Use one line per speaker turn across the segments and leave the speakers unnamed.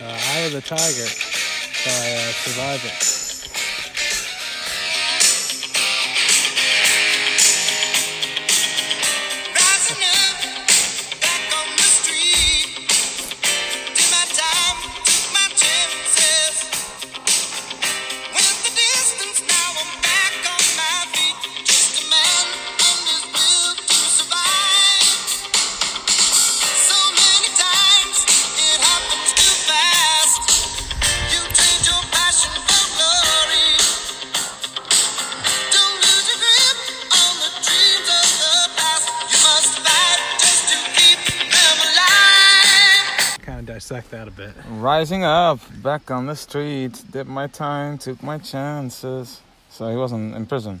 Uh, of the tiger by uh, surviving.
Rising up, back on the street. Did my time, took my chances. Went the distance, now I'm back on my feet. Just a man and his will to survive. So many times it happens too fast. You change your passion for glory. Don't lose your grip on the dreams of the past. You must fight just to keep them alive.
Kind of dissect that a bit.
Rising up, back on the street, did my time, took my chances. So he wasn't in prison.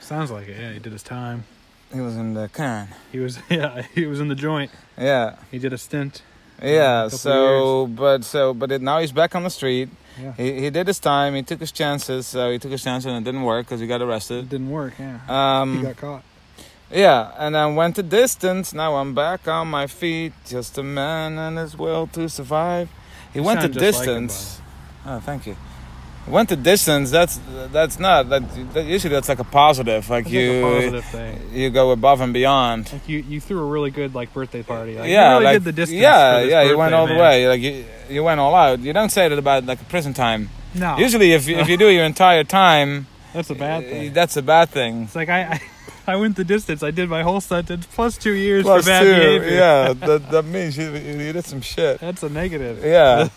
Sounds like it. Yeah, he did his time.
He was in the can.
He was yeah, he was in the joint.
Yeah,
He did a stint.
yeah.
couple
So, but so, but it, now he's back on the street.
Yeah.
He he did his time. He took his chances. So he took his chances and it didn't work because he got
It
arrested.
didn't work. Yeah. he
Um,
got caught.
yeah, and then went the distance. Now I'm back on my feet. Just a man and his will to survive. He went the
sound just like him, by the
distance. oh, thank you. Went the distance. That's that's not that, that. Usually that's like a positive. Like
It's
you.
like a positive thing.
you go above and beyond.
Like you, you threw a really good like birthday party. Like, you
yeah,
really
like
did the distance.
yeah,
for this
yeah. You
birthday,
went all the
man.
way. Like you, you went all out. You don't say that about like prison time.
No,
Usually, if you, Uh, if you do your entire time,
that's a bad thing.
that's a bad thing.
It's like I, I, I went the distance. I did my whole sentence plus two years
Plus
for bad
two,
behavior.
yeah. That that means you, you you did some shit.
That's a negative.
Yeah.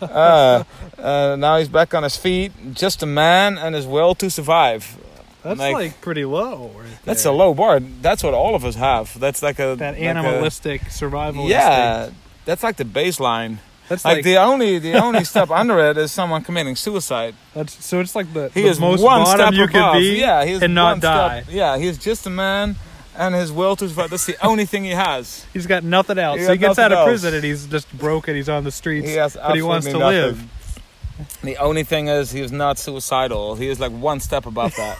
Uh, uh, now he's back on his feet, just a man and his will to survive.
That's
Like-
like, pretty low. Right
That's
there.
a low bar. That's what all of us have. That's like a
that
like a-
animalistic survival.
yeah,
instinct.
that's like the baseline.
that's
Like,
like,
the only the only step under it is someone committing suicide.
that's so. It's like the,
He
the
is
most
one
bottom
step
you
above.
could be,
yeah, he is
and not
one step-
die.
yeah, he's just a man, and his will to survive. That's the only thing he has.
He's got nothing else.
He
so he
got
gets out
nothing
of
else.
prison and he's just broke and he's on the streets.
He has
but he wants to
absolutely
live.
The only thing is he is not suicidal. He is like one step above that.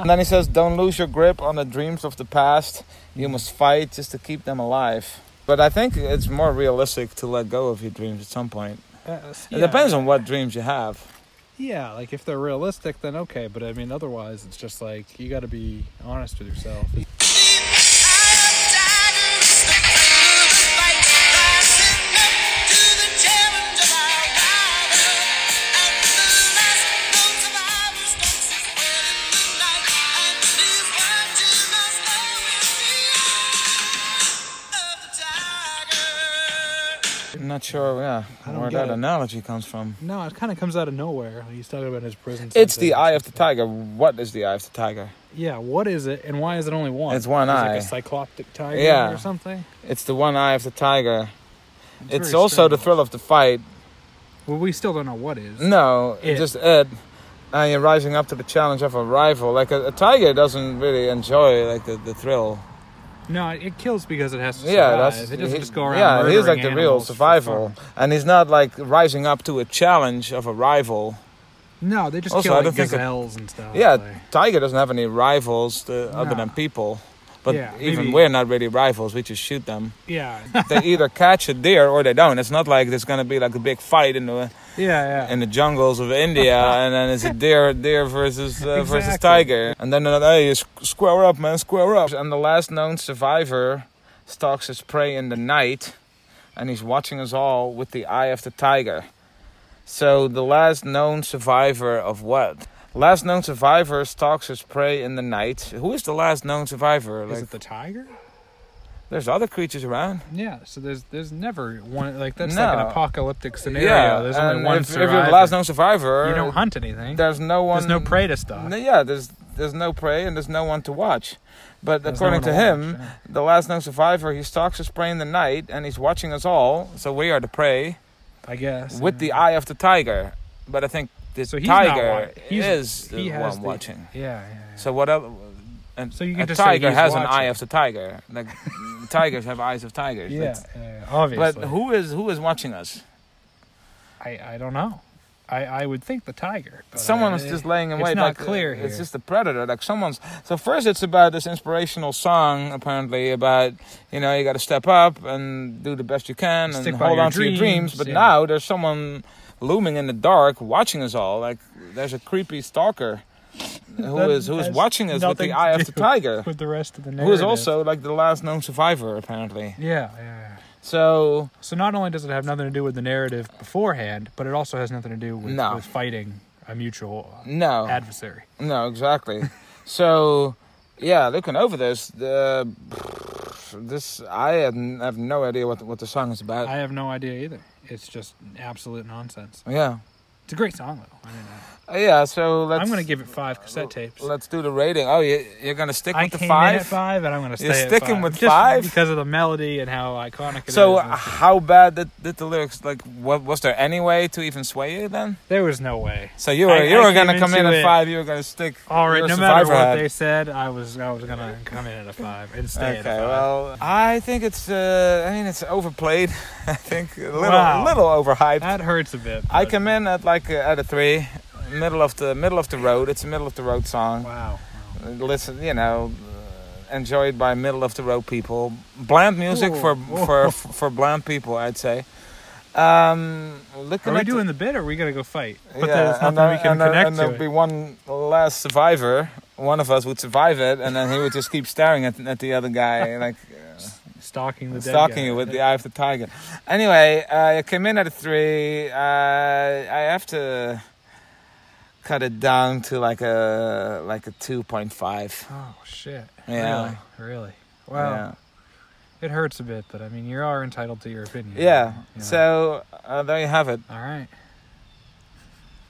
and then he says, "Don't lose your grip on the dreams of the past. You must fight just to keep them alive." But I think it's more realistic to let go of your dreams at some point.
Uh,
It
yeah.
depends on what dreams you have.
Yeah, like if they're realistic, then okay. But I mean, otherwise, it's just like you got to be honest with yourself.
I'm not sure, yeah,
I don't
where
get
that
it.
analogy comes from.
No, it kind of comes out of nowhere. He's talking about his prison.
It's
sentence.
the eye of the tiger. What is the eye of the tiger?
Yeah, what is it, and why is it only one?
It's one
Is it
eye.
like a cycloptic tiger
Yeah.
or something.
It's the one eye of the tiger. It's,
very
also the
strange.
thrill of the fight.
Well, we still don't know what is.
No,
It.
just it. And you're rising up to the challenge of a rival. Like a, a tiger doesn't really enjoy like the, the thrill.
No, it kills because it has to survive.
Yeah, that's
it doesn't
he-
just go around.
Yeah, he's
murdering
like the real
animals for
survival,
fun.
and he's not like rising up to a challenge of a rival.
No, they just
Also,
kill
I don't
like,
think it-
gazelles and stuff.
yeah,
like-
tiger doesn't have any rivals uh, other
No.
than people. But
Yeah,
even
maybe-
we're not really rivals. We just shoot them.
yeah,
they either catch a deer or they don't. It's not like there's gonna be like a big fight in the
yeah, yeah.
in the jungles of India, and then it's a deer deer versus uh, versus
Exactly.
tiger, and then another hey, squ- square up, man, square up. And the last known survivor stalks his prey in the night, and he's watching us all with the eye of the tiger. So the last known survivor of what? Last known survivor stalks his prey in the night. Who is the last known survivor?
is
Like,
it the tiger?
there's other creatures around.
Yeah. So there's there's never one like that's like
No.
an apocalyptic scenario. there's only
and
one
if, if
survivor.
you're the last known survivor,
you don't hunt anything.
There's no one.
there's no prey to stalk.
No, yeah, there's there's no prey and there's no one to watch. But
There's no one
according to
to watch,
him,
yeah.
the last known survivor, he stalks his prey in the night and he's watching us all. So we are the prey
I guess
with the eye of the tiger. But I think the
So he's not
tiger
watch- he's-
is the
he has
one
the-
watching.
Yeah, yeah, yeah.
So what else? And
So you can
a
just say
tiger
he's
has an
watching.
eye of the tiger. Like tigers have eyes of tigers.
Yeah,
That's-
yeah,
But
obviously.
who is who is watching us?
I, I don't know. I, I would think the tiger. but uh, I-
Someone was just laying in
it's
wait.
not
like,
clear
uh,
here.
It's just a predator. Like someone's. So first, it's about this inspirational song, apparently about you know you got to step up and do the best you can
Stick
and
by
hold
your
on to your
dreams,
dreams. But
yeah.
now there's someone looming in the dark, watching us all. Like there's a creepy stalker who
That
is who is
has
watching us with
nothing
the
to
eye of the
do
tiger,
with the rest of the narrative.
who is also like the last known survivor, apparently.
yeah, yeah, yeah.
So
So not only does it have nothing to do with the narrative beforehand, but it also has nothing to do with,
No.
with fighting a mutual uh,
no,
adversary.
No, exactly. so, yeah, looking over this, the this I had, n- have no idea what the, what the song is about.
I have no idea either. It's just absolute nonsense.
yeah,
It's a great song though. I mean, uh,
Uh, yeah. So let's.
I'm gonna give it five cassette tapes.
Let's do the rating. Oh, you, you're gonna stick
I
with the
came
five.
in at five, and I'm gonna stay
You're
at
sticking
five.
with
Just
five?
because of the melody and how iconic it is.
So, uh,
and-
how bad did, did the lyrics like? What was there any way to even sway you then?
there was no way.
So you were
I- I
you were
came
gonna come in
into
at
it-
five. You were gonna stick.
All right,
your
no matter
survivor
what
hat.
they said, I was I was gonna come in at a five and stay at a
Okay,
five.
well, I think it's uh, I mean it's overplayed. I think a little
Wow.
little overhyped.
that hurts a bit.
I
but-
come in at like uh, at a three, middle of the middle of the road. It's a middle of the road song.
Wow.
Uh, Listen, you know, uh, enjoyed by middle of the road people. Bland music for
Ooh.
for for bland people, I'd say. Um, looking
Are we
at
doing the bid or are we gonna go fight? But
yeah,
there's nothing
and there-
we can
and there-
connect
and there'll
to.
be
it.
one last survivor. One of us would survive it, and then he would just keep staring at, at the other guy, like
Stalking the dead
stalking
guy.
you with the eye of the tiger. Anyway, uh, I came in at a three. Uh, I have to cut it down to like a like a two point five.
Oh shit!
Yeah.
Really, really. Wow, it hurts a bit, but I mean, you are entitled to your opinion.
yeah. yeah.
you know.
So uh, there you have it.
All right.